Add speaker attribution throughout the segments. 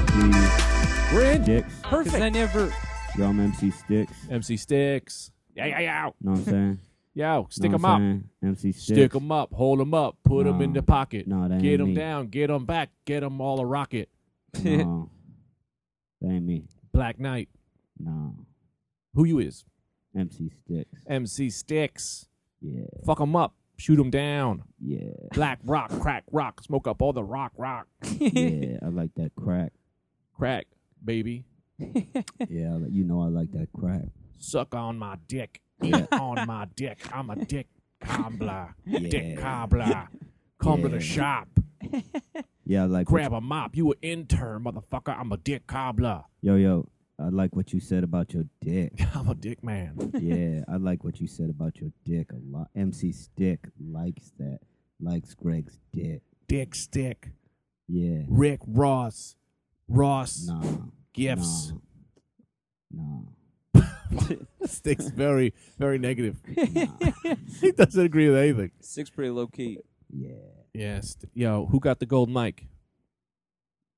Speaker 1: MC
Speaker 2: We're in.
Speaker 1: Sticks.
Speaker 2: Perfect.
Speaker 3: I never.
Speaker 1: Yo, I'm MC Sticks.
Speaker 2: MC Sticks. Yeah, yeah, yeah.
Speaker 1: Know what I'm saying?
Speaker 2: Yo, stick
Speaker 1: Know
Speaker 2: them
Speaker 1: what
Speaker 2: up.
Speaker 1: I'm saying? MC Sticks.
Speaker 2: Stick them up. Hold them up. Put them in
Speaker 1: No.
Speaker 2: the pocket.
Speaker 1: No, that
Speaker 2: Get
Speaker 1: ain't
Speaker 2: them
Speaker 1: me.
Speaker 2: down. Get them back. Get them all a rocket.
Speaker 1: No. that ain't me.
Speaker 2: Black Knight.
Speaker 1: No.
Speaker 2: Who you is?
Speaker 1: MC Sticks.
Speaker 2: MC Sticks.
Speaker 1: Yeah.
Speaker 2: Fuck them up. Shoot them down.
Speaker 1: Yeah.
Speaker 2: Black rock. Crack rock. Smoke up all the rock rock.
Speaker 1: Yeah. I like that crack.
Speaker 2: Crack, baby.
Speaker 1: Yeah. I like- You know I like that crack.
Speaker 2: Suck on my dick.
Speaker 1: Yeah.
Speaker 2: on my dick. I'm a dick cobbler. Dick
Speaker 1: Yeah.
Speaker 2: cobbler. Come to
Speaker 1: Yeah.
Speaker 2: the shop.
Speaker 1: Yeah. I like. what
Speaker 2: Grab a mop. You an intern, motherfucker. I'm a dick cobbler.
Speaker 1: Yo, yo, I like what you said about your dick.
Speaker 2: I'm a dick man.
Speaker 1: yeah, I like what you said about your dick a lot. MC Stick likes that. Likes Greg's dick.
Speaker 2: Dick stick.
Speaker 1: Yeah.
Speaker 2: Rick Ross. Ross
Speaker 1: Nah.
Speaker 2: gifts.
Speaker 1: Nah.
Speaker 2: Sticks very, very negative.
Speaker 1: Nah. nah.
Speaker 2: He doesn't agree with anything.
Speaker 3: Six pretty low key.
Speaker 1: Yeah.
Speaker 2: Yes. Yo, who got the gold mic?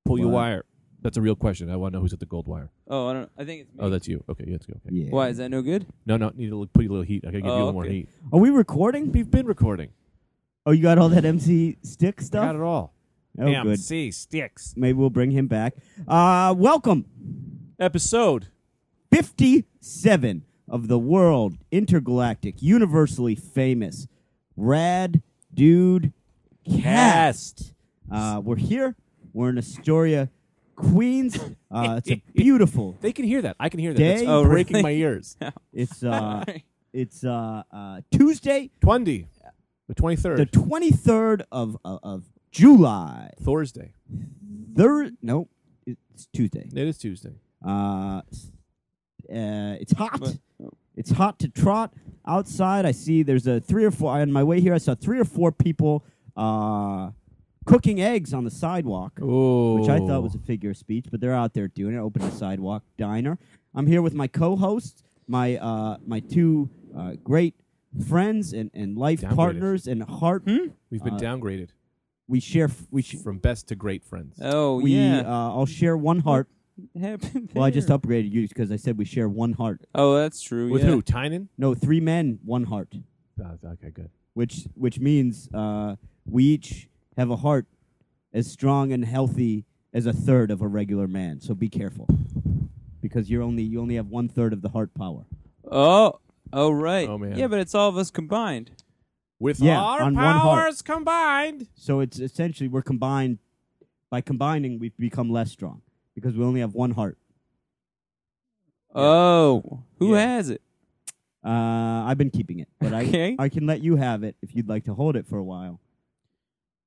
Speaker 2: Pull your
Speaker 1: What?
Speaker 2: wire. That's a real question. I want to know who's at the gold wire.
Speaker 3: Oh, I don't. I think it's me.
Speaker 2: Oh, that's you. Okay, yeah, let's go. Okay.
Speaker 1: Yeah.
Speaker 3: Why is that no good?
Speaker 2: No, no, need to look, put you a little heat. I gotta give you a
Speaker 3: Oh,
Speaker 2: little more
Speaker 3: okay.
Speaker 2: heat.
Speaker 1: Are we recording?
Speaker 2: We've been recording.
Speaker 1: Oh, you got all that MC Stick
Speaker 2: I got
Speaker 1: stuff?
Speaker 2: it all.
Speaker 1: Oh, good.
Speaker 2: MC Sticks.
Speaker 1: Maybe we'll bring him back. Uh, welcome,
Speaker 2: Episode.
Speaker 1: 57 of the world intergalactic, universally famous, rad dude cast. Uh, we're here. We're in Astoria, Queens. Uh, it's a beautiful.
Speaker 2: They can hear that. I can hear that.
Speaker 1: Day?
Speaker 2: That's
Speaker 3: Oh,
Speaker 2: breaking
Speaker 3: really?
Speaker 2: my ears.
Speaker 1: It's uh, it's uh, uh, Tuesday,
Speaker 2: Twenty. The twenty
Speaker 1: the
Speaker 2: third.
Speaker 1: twenty third of uh, of July.
Speaker 2: Thursday.
Speaker 1: Third? No, it's Tuesday.
Speaker 2: It is Tuesday.
Speaker 1: Uh, s- uh, it's hot.
Speaker 3: What?
Speaker 1: It's hot to trot outside. I see there's a three or four on my way here. I saw three or four people uh, cooking eggs on the sidewalk,
Speaker 2: Oh.
Speaker 1: which I thought was a figure of speech, but they're out there doing it. Open a sidewalk diner. I'm here with my co-hosts, my uh, my two uh, great friends and, and life
Speaker 2: Downgraded.
Speaker 1: partners and heart.
Speaker 3: Hmm?
Speaker 2: We've been
Speaker 1: uh,
Speaker 2: downgraded
Speaker 1: We share. f- We sh-
Speaker 2: from best to great friends.
Speaker 3: Oh
Speaker 1: we uh,
Speaker 3: yeah.
Speaker 1: all share one heart.
Speaker 3: Happened
Speaker 1: Well, I just
Speaker 3: there.
Speaker 1: upgraded you because I said we share one heart.
Speaker 3: Oh, that's true.
Speaker 2: With
Speaker 3: yeah.
Speaker 2: who? Tynan.
Speaker 1: No, three men, one heart.
Speaker 2: Uh, okay, good.
Speaker 1: which which means uh, we each have a heart as strong and healthy as a third of a regular man. So be careful, because you're only you only have one third of the heart power.
Speaker 3: Oh. Oh right.
Speaker 2: Oh, man.
Speaker 3: Yeah, but it's all of us combined.
Speaker 2: With
Speaker 1: Yeah,
Speaker 2: our
Speaker 1: on one heart.
Speaker 2: powers combined.
Speaker 1: So it's essentially we're combined. By combining, we've become less strong because we only have one heart.
Speaker 3: Oh, who
Speaker 2: Yeah.
Speaker 3: has it?
Speaker 1: Uh, I've been keeping it, but
Speaker 3: Okay.
Speaker 1: I I can let you have it if you'd like to hold it for a while.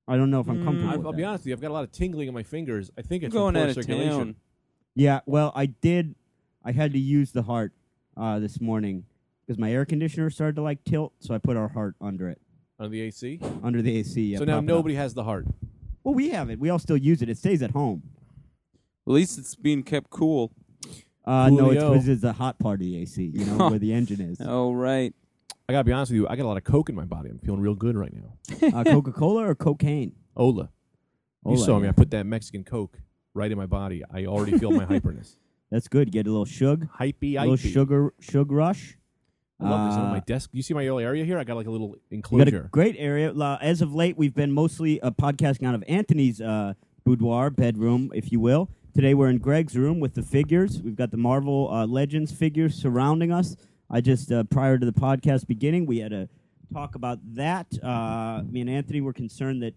Speaker 1: I don't know if I'm
Speaker 3: Mm,
Speaker 1: comfortable.
Speaker 2: i
Speaker 1: with
Speaker 2: I'll
Speaker 1: that.
Speaker 2: be honest with you. I've got a lot of tingling in my fingers. I think
Speaker 3: I'm
Speaker 2: it's from
Speaker 3: going
Speaker 2: poor
Speaker 3: out of
Speaker 2: circulation.
Speaker 3: town.
Speaker 1: Yeah, well, I did. I had to use the heart uh, this morning because my air conditioner started to like tilt, so I put our heart under it,
Speaker 2: on the AC.
Speaker 1: under the AC. Yeah,
Speaker 2: so now
Speaker 1: prop it up.
Speaker 2: nobody has the heart.
Speaker 1: Well, we have it. We all still use it. It stays at home.
Speaker 3: At least it's being kept cool.
Speaker 1: Uh, no, it's
Speaker 2: Coolio.
Speaker 1: because it's a hot part of the AC, you know, where the engine is.
Speaker 3: Oh right.
Speaker 2: I gotta be honest with you. I got a lot of coke in my body. I'm feeling real good right now.
Speaker 1: Uh, Coca Cola or cocaine?
Speaker 2: Ola. you
Speaker 1: Ola,
Speaker 2: saw me.
Speaker 1: yeah.
Speaker 2: I put that Mexican coke right in my body. I already feel my hyperness.
Speaker 1: That's good. Get a little shug,
Speaker 2: Hypey,
Speaker 1: a little
Speaker 2: hypey.
Speaker 1: sugar, sugar rush.
Speaker 2: I love this on my
Speaker 1: Uh,
Speaker 2: desk. You see my little area here? I got like a little
Speaker 1: We got a
Speaker 2: enclosure.
Speaker 1: great area. La- As of late, we've been mostly uh, podcasting out of Anthony's uh, boudoir, bedroom, if you will. Today, we're in Greg's room with the figures. We've got the Marvel uh, Legends figures surrounding us. I just, uh, prior to the podcast beginning, we had a talk about that. Uh, me and Anthony were concerned that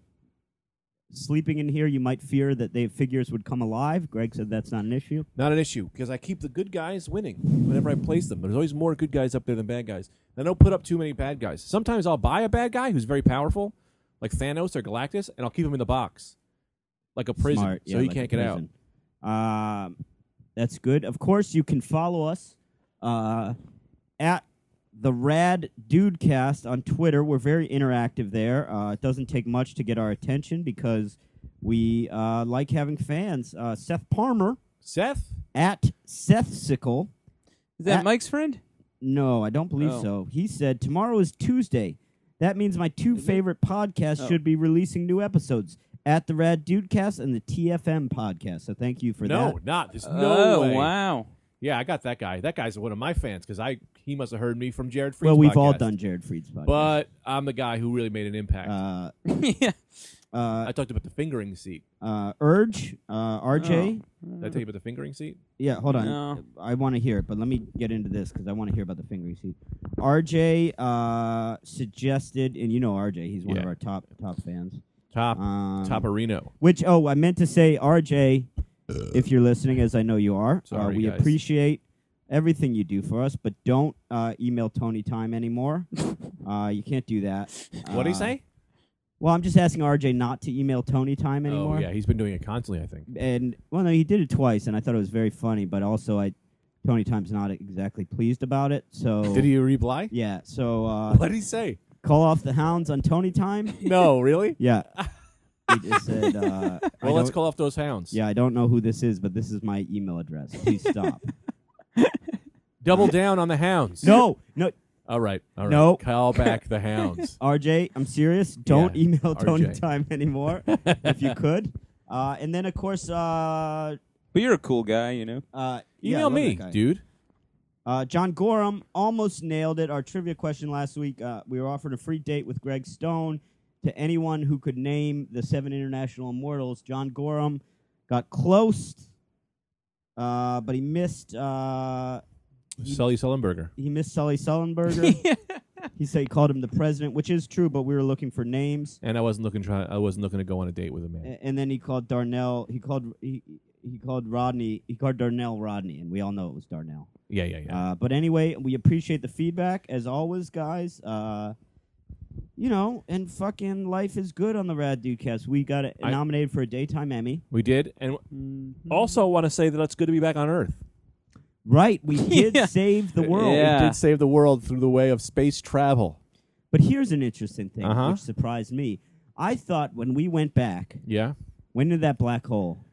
Speaker 1: sleeping in here, you might fear that the figures would come alive. Greg said that's not an issue.
Speaker 2: Not an issue because I keep the good guys winning whenever I place them. There's always more good guys up there than bad guys. And I don't put up too many bad guys. Sometimes I'll buy a bad guy who's very powerful, like Thanos or Galactus, and I'll keep him in the box, like a prison,
Speaker 1: Smart.
Speaker 2: so
Speaker 1: Yeah,
Speaker 2: he
Speaker 1: like
Speaker 2: can't
Speaker 1: a
Speaker 2: get out.
Speaker 1: prison. Um, that's good. Of course, you can follow us uh, at the Rad Dudecast on Twitter. We're very interactive there. Uh, it doesn't take much to get our attention because we uh, like having fans. Uh, Seth Palmer
Speaker 2: Seth,
Speaker 1: at Seth Sickle.
Speaker 3: Is that
Speaker 1: That-
Speaker 3: Mike's friend?
Speaker 1: No, I don't believe
Speaker 3: Oh.
Speaker 1: so. He said tomorrow is Tuesday. That means my two
Speaker 3: Is it?
Speaker 1: favorite podcasts
Speaker 3: Oh.
Speaker 1: should be releasing new episodes. at the Rad Dudecast and the TFM podcast. So thank you for
Speaker 2: no,
Speaker 1: that.
Speaker 2: not. There's no
Speaker 3: oh
Speaker 2: way.
Speaker 3: wow.
Speaker 2: Yeah, I got that guy. That guy's one of my fans because I he must have heard me from Jared Freed's
Speaker 1: well, we've all
Speaker 2: podcast.
Speaker 1: done Jared Fried's podcast.
Speaker 2: But I'm the guy who really made an impact.
Speaker 1: uh,
Speaker 3: yeah.
Speaker 1: uh,
Speaker 2: I talked about the fingering seat.
Speaker 1: uh, Urge, uh, RJ.
Speaker 2: Did I tell you about the fingering seat?
Speaker 1: Yeah, hold on.
Speaker 3: No.
Speaker 1: I want to hear it, but let me get into this because I want to hear about the fingering seat. RJ uh, suggested, and you know RJ, he's one of
Speaker 2: Yeah.
Speaker 1: our top top fans.
Speaker 2: Top
Speaker 1: Um,
Speaker 2: top Reno.
Speaker 1: Which oh, I meant to say, RJ, if you're listening, as I know you are, uh,
Speaker 2: Sorry,
Speaker 1: we
Speaker 2: guys.
Speaker 1: appreciate everything you do for us, but don't uh, email Tony Time anymore. uh, you can't do that.
Speaker 2: What do
Speaker 1: uh,
Speaker 2: he say?
Speaker 1: Well, I'm just asking RJ not to email Tony Time anymore.
Speaker 2: Oh yeah, he's been doing it constantly. I think.
Speaker 1: And well, no, he did it twice, and I thought it was very funny, but also I, Tony Time's not exactly pleased about it. So
Speaker 2: Did he reply?
Speaker 1: Yeah. So uh,
Speaker 2: What did he say?
Speaker 1: call off the hounds on Tony Time.
Speaker 2: No, really.
Speaker 1: Yeah. he just said. Uh, I
Speaker 2: Well, let's
Speaker 1: don't-
Speaker 2: call off those hounds.
Speaker 1: Yeah, I don't know who this is, but this is my email address. Please stop.
Speaker 2: Double down on the hounds.
Speaker 1: no, no,
Speaker 2: All right. All right.
Speaker 1: No.
Speaker 2: Call back the hounds.
Speaker 1: RJ, I'm serious. Don't
Speaker 2: Yeah,
Speaker 1: email Tony
Speaker 2: RJ.
Speaker 1: Time anymore if you could. Uh, and then, of course, uh,
Speaker 3: But you're a cool guy, you know.
Speaker 1: uh, yeah, I
Speaker 2: Email
Speaker 1: love
Speaker 2: me,
Speaker 1: that guy.
Speaker 2: dude.
Speaker 1: Uh, John Gorham almost nailed it. Our trivia question last week uh, we were offered a free date with Greg Stone to anyone who could name the seven international immortals. John Gorham got close, uh, but he missed. Uh, He-
Speaker 2: Sully Sullenberger.
Speaker 1: he missed Sully Sullenberger. He said he called him the president, which is true, but we were looking for names.
Speaker 2: And I wasn't looking. Try, I wasn't looking to go on a date with a man.
Speaker 1: A- And then he called Darnell. He called he he called Rodney. He called Darnell Rodney, and we all know it was Darnell.
Speaker 2: Yeah, yeah, yeah.
Speaker 1: Uh, but anyway, we appreciate the feedback as always, guys. Uh, you know, and fucking life is good on the Rad Dudecast. We got it
Speaker 2: I- Mm-hmm.
Speaker 1: nominated for a daytime Emmy. Oh.
Speaker 2: we did. And
Speaker 1: Mm-hmm.
Speaker 2: also, want to say that it's good to be back on Earth.
Speaker 1: Right, we did
Speaker 3: Yeah.
Speaker 1: save the world.
Speaker 3: Yeah.
Speaker 2: We did save the world through the way of space travel.
Speaker 1: But here's an interesting thing
Speaker 2: Uh-huh.
Speaker 1: which surprised me. I thought when we went back,
Speaker 2: Yeah.
Speaker 1: went into that black hole,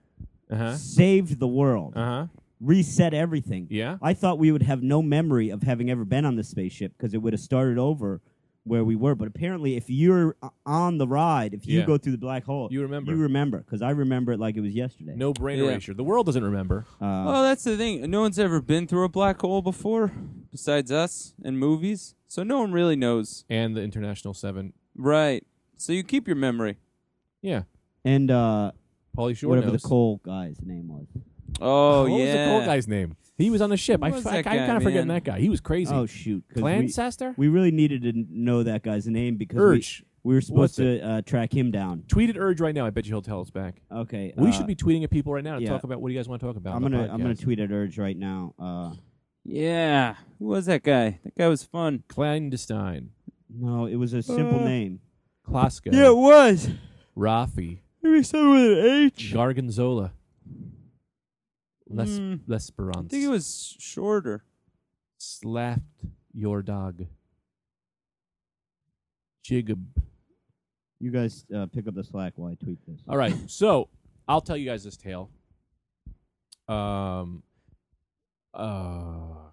Speaker 2: Uh huh.
Speaker 1: saved the world,
Speaker 2: Uh huh.
Speaker 1: reset everything.
Speaker 2: Yeah.
Speaker 1: I thought we would have no memory of having ever been on the spaceship because it would have started over where we were. But apparently, if you're uh, on the ride, if you
Speaker 2: Yeah.
Speaker 1: go through the black hole,
Speaker 2: You remember.
Speaker 1: You remember because I remember it like it was yesterday.
Speaker 2: No brain
Speaker 3: Yeah.
Speaker 2: erasure. The world doesn't remember.
Speaker 1: Uh,
Speaker 3: Well, that's the thing. No one's ever been through a black hole before, besides us and movies. So no one really knows.
Speaker 2: And the International Seven.
Speaker 3: Right. So you keep your memory.
Speaker 2: Yeah.
Speaker 1: and uh,
Speaker 2: Paulie Shore
Speaker 1: whatever
Speaker 2: knows.
Speaker 1: the coal guy's name was.
Speaker 3: Oh
Speaker 2: what
Speaker 3: yeah.
Speaker 2: was the cold guy's name? He was on the ship.
Speaker 3: Who
Speaker 2: I,
Speaker 3: was
Speaker 2: f- I,
Speaker 3: that
Speaker 2: I'm
Speaker 3: guy,
Speaker 2: kind of forgetting
Speaker 3: man?
Speaker 2: that guy. He was crazy.
Speaker 1: Oh shoot! 'cause we,
Speaker 2: Lancaster?
Speaker 1: we really needed to n- know that guy's name because we-
Speaker 2: Urge.
Speaker 1: We, were supposed
Speaker 2: What's
Speaker 1: to uh, track him down.
Speaker 2: Tweet at Urge right now. I bet you he'll tell us back.
Speaker 1: Okay,
Speaker 2: We
Speaker 1: uh,
Speaker 2: should be tweeting at people right now to
Speaker 1: yeah.
Speaker 2: talk about what do you guys want to talk about.
Speaker 1: I'm
Speaker 2: on the
Speaker 1: gonna I'm gonna
Speaker 2: podcast.
Speaker 1: tweet at Urge right now. Uh,
Speaker 3: Yeah. Who was that guy? That guy was fun.
Speaker 2: clandestine.
Speaker 1: no, it was a simple
Speaker 2: Uh.
Speaker 1: name.
Speaker 2: Klaska.
Speaker 3: was.
Speaker 2: Rafi.
Speaker 3: It was someone with an H.
Speaker 2: Gargonzola. Les
Speaker 3: Mm.
Speaker 2: Lesperance.
Speaker 3: I think it was shorter.
Speaker 2: Slapped your dog. Jigab.
Speaker 1: You guys uh, pick up the slack while I tweet this.
Speaker 2: All right, so I'll tell you guys this tale. Um. Oh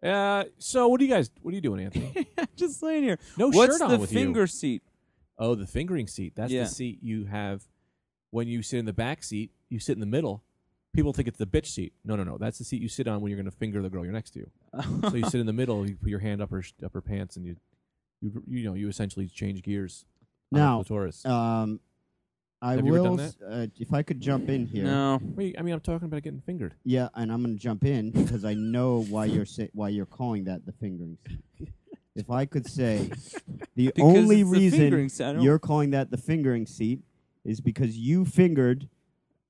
Speaker 2: God. Uh. So what do you guys? What are you doing, Anthony?
Speaker 3: Just laying here.
Speaker 2: No
Speaker 3: What's
Speaker 2: shirt on
Speaker 3: the
Speaker 2: with
Speaker 3: finger
Speaker 2: you.
Speaker 3: seat?
Speaker 2: Oh, the fingering seat. That's
Speaker 3: Yeah.
Speaker 2: the seat you have when you sit in the back seat. You sit in the middle. People think it's the bitch seat. No, no, no. That's the seat you sit on when you're going to finger the girl you're next to. so you sit in the middle. You put your hand up her sh- up her pants, and you, you, you know, you essentially change gears. on the
Speaker 1: Now,
Speaker 2: clitoris.
Speaker 1: Um, I
Speaker 2: Have you ever
Speaker 1: will.
Speaker 2: done
Speaker 1: s- Uh, if I could jump in here,
Speaker 3: No.
Speaker 2: Wait, I mean, I'm talking about getting fingered.
Speaker 1: yeah, and I'm going to jump in because I know why you're sa- why you're calling that the fingering. seat. if I could say, the
Speaker 3: Because
Speaker 1: only
Speaker 3: it's the fingering
Speaker 1: reason
Speaker 3: seat. I don't-
Speaker 1: you're calling that the fingering seat is because you fingered.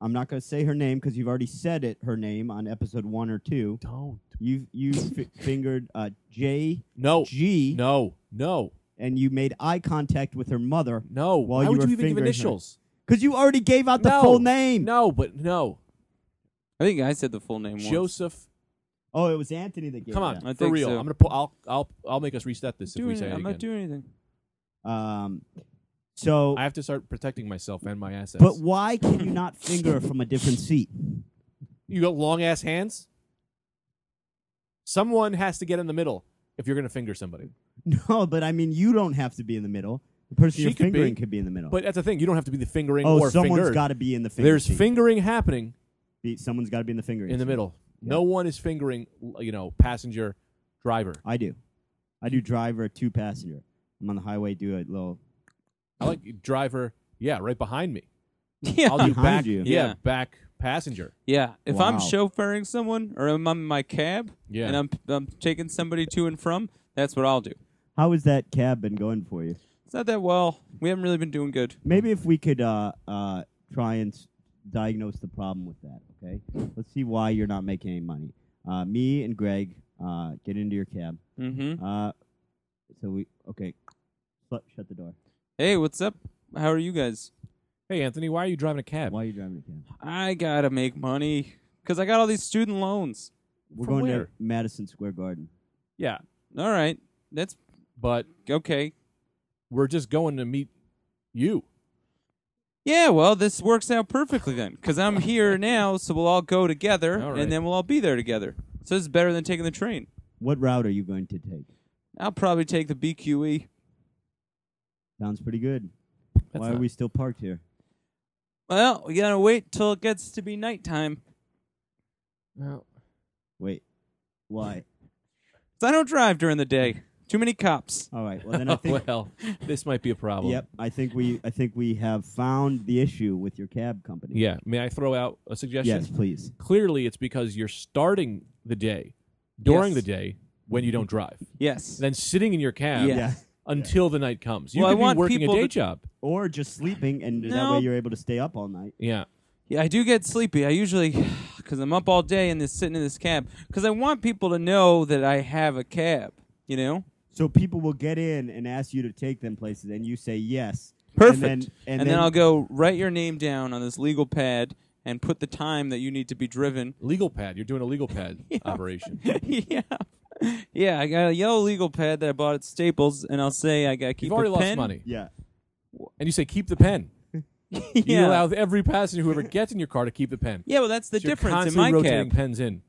Speaker 1: I'm not going to say her name because you've already said it. Her name on episode one or two.
Speaker 2: Don't.
Speaker 1: You you fi fingered uh, J
Speaker 2: No.
Speaker 1: G,
Speaker 2: Oh, No. No.
Speaker 1: and you made eye contact with her mother
Speaker 2: No.
Speaker 1: While
Speaker 2: Why
Speaker 1: you
Speaker 2: would
Speaker 1: were
Speaker 2: you even give
Speaker 1: fingering her.
Speaker 2: initials?
Speaker 1: because you already gave out the
Speaker 2: No.
Speaker 1: full name.
Speaker 2: No, but no.
Speaker 3: I think I said the full name once.
Speaker 2: Joseph.
Speaker 1: Oh, it was Anthony that gave
Speaker 2: Come
Speaker 1: it
Speaker 2: on,
Speaker 1: out.
Speaker 3: I
Speaker 2: for
Speaker 3: think
Speaker 2: real.
Speaker 3: so.
Speaker 2: I'm gonna. Pull, I'll. I'll. I'll make us reset this if
Speaker 3: Doing
Speaker 2: we
Speaker 3: it.
Speaker 2: say it
Speaker 3: I'm
Speaker 2: again.
Speaker 3: not doing anything.
Speaker 1: Um, so,
Speaker 2: I have to start protecting myself and my assets.
Speaker 1: but why can you not finger from a different seat?
Speaker 2: you got long ass hands. Someone has to get in the middle if you're gonna finger somebody.
Speaker 1: No, but I mean, you don't have to be in the middle. The person
Speaker 2: She
Speaker 1: you're
Speaker 2: could be,
Speaker 1: fingering could be in the middle.
Speaker 2: But that's the thing. You don't have to be the fingering
Speaker 1: oh,
Speaker 2: or
Speaker 1: someone's
Speaker 2: fingered.
Speaker 1: got to be in the finger.
Speaker 2: There's
Speaker 1: seat.
Speaker 2: fingering happening
Speaker 1: Be- someone's got to be in the fingering
Speaker 2: in the
Speaker 1: seat.
Speaker 2: middle. No one is fingering, you know, passenger, driver.
Speaker 1: I do. I do driver two passenger. I'm on the highway. Do a little.
Speaker 2: I like driver. Yeah, right behind me.
Speaker 3: Yeah.
Speaker 2: I'll do
Speaker 1: Behind
Speaker 2: back.
Speaker 1: you.
Speaker 2: Yeah,
Speaker 3: Yeah.
Speaker 2: back passenger.
Speaker 3: yeah. If I'm
Speaker 1: Wow.
Speaker 3: chauffeuring someone or I'm in my cab
Speaker 2: Yeah.
Speaker 3: and I'm, I'm taking somebody to and from, that's what I'll do.
Speaker 1: How has that cab been going for you?
Speaker 3: It's not that well. We haven't really been doing good.
Speaker 1: Maybe if we could uh, uh, try and s- diagnose the problem with that. Okay, let's see why you're not making any money. Uh, me and Greg uh, get into your cab.
Speaker 3: Mm-hmm.
Speaker 1: Uh, so we okay. Shut, shut the door.
Speaker 3: Hey, what's up? How are you guys?
Speaker 2: Hey, Anthony, why are you driving a cab?
Speaker 1: Why are you driving a cab?
Speaker 3: I gotta make money because I got all these student loans.
Speaker 1: We're
Speaker 2: From
Speaker 1: going to
Speaker 2: where?
Speaker 1: Madison Square Garden.
Speaker 2: Yeah,
Speaker 3: All right, that's
Speaker 2: but
Speaker 3: okay.
Speaker 2: we're just going to meet you.
Speaker 3: Yeah, well, this works out perfectly then because I'm here now, so we'll all go together,
Speaker 2: All right.
Speaker 3: and then we'll all be there together. So it's better than taking the train.
Speaker 1: What route are you going to take?
Speaker 3: I'll probably take the E. BQE.
Speaker 1: Sounds pretty good.
Speaker 2: That's
Speaker 1: why are
Speaker 2: not-
Speaker 1: we still parked here?
Speaker 3: Well, we gotta wait till it gets to be nighttime.
Speaker 1: Wait, why?
Speaker 3: 'Cause I don't drive during the day. Too many cops.
Speaker 1: All right. Well, then I think.
Speaker 2: well, this might be a problem.
Speaker 1: Yep, I think we I think we have found the issue with your cab company.
Speaker 2: Yeah. May I throw out a suggestion?
Speaker 1: Yes, please.
Speaker 2: Clearly, it's because you're starting the day during
Speaker 3: Yes.
Speaker 2: the day when you don't drive,
Speaker 3: Yes.
Speaker 2: then sitting in your cab
Speaker 3: Yeah.
Speaker 1: Yeah.
Speaker 2: until the night comes. You
Speaker 3: Well, I
Speaker 2: could be
Speaker 3: want
Speaker 2: working a
Speaker 3: people
Speaker 2: day
Speaker 3: to-
Speaker 2: job.
Speaker 1: Or just sleeping, and that
Speaker 3: No.
Speaker 1: way you're able to stay up all night.
Speaker 2: Yeah.
Speaker 3: Yeah, I do get sleepy. I usually, because I'm up all day and this sitting in this cab, because I want people to know that I have a cab. You know,
Speaker 1: So people will get in and ask you to take them places, and you say yes.
Speaker 3: perfect.
Speaker 1: And then,
Speaker 3: and, then, I'll go write your name down on this legal pad and put the time that you need to be driven.
Speaker 2: Legal pad. You're doing a legal pad operation.
Speaker 3: yeah. Yeah, I got a yellow legal pad that I bought at Staples, and I'll say I got to keep
Speaker 2: You've already
Speaker 3: a
Speaker 2: lost
Speaker 3: pen.
Speaker 2: money.
Speaker 1: Yeah.
Speaker 2: And you say, keep the pen.
Speaker 3: yeah.
Speaker 2: You allow every passenger, whoever gets in your car, to keep the pen.
Speaker 3: yeah, well, that's the
Speaker 2: So you're
Speaker 3: difference in
Speaker 2: constantly
Speaker 3: my
Speaker 2: rotating
Speaker 3: cab.
Speaker 2: pens in.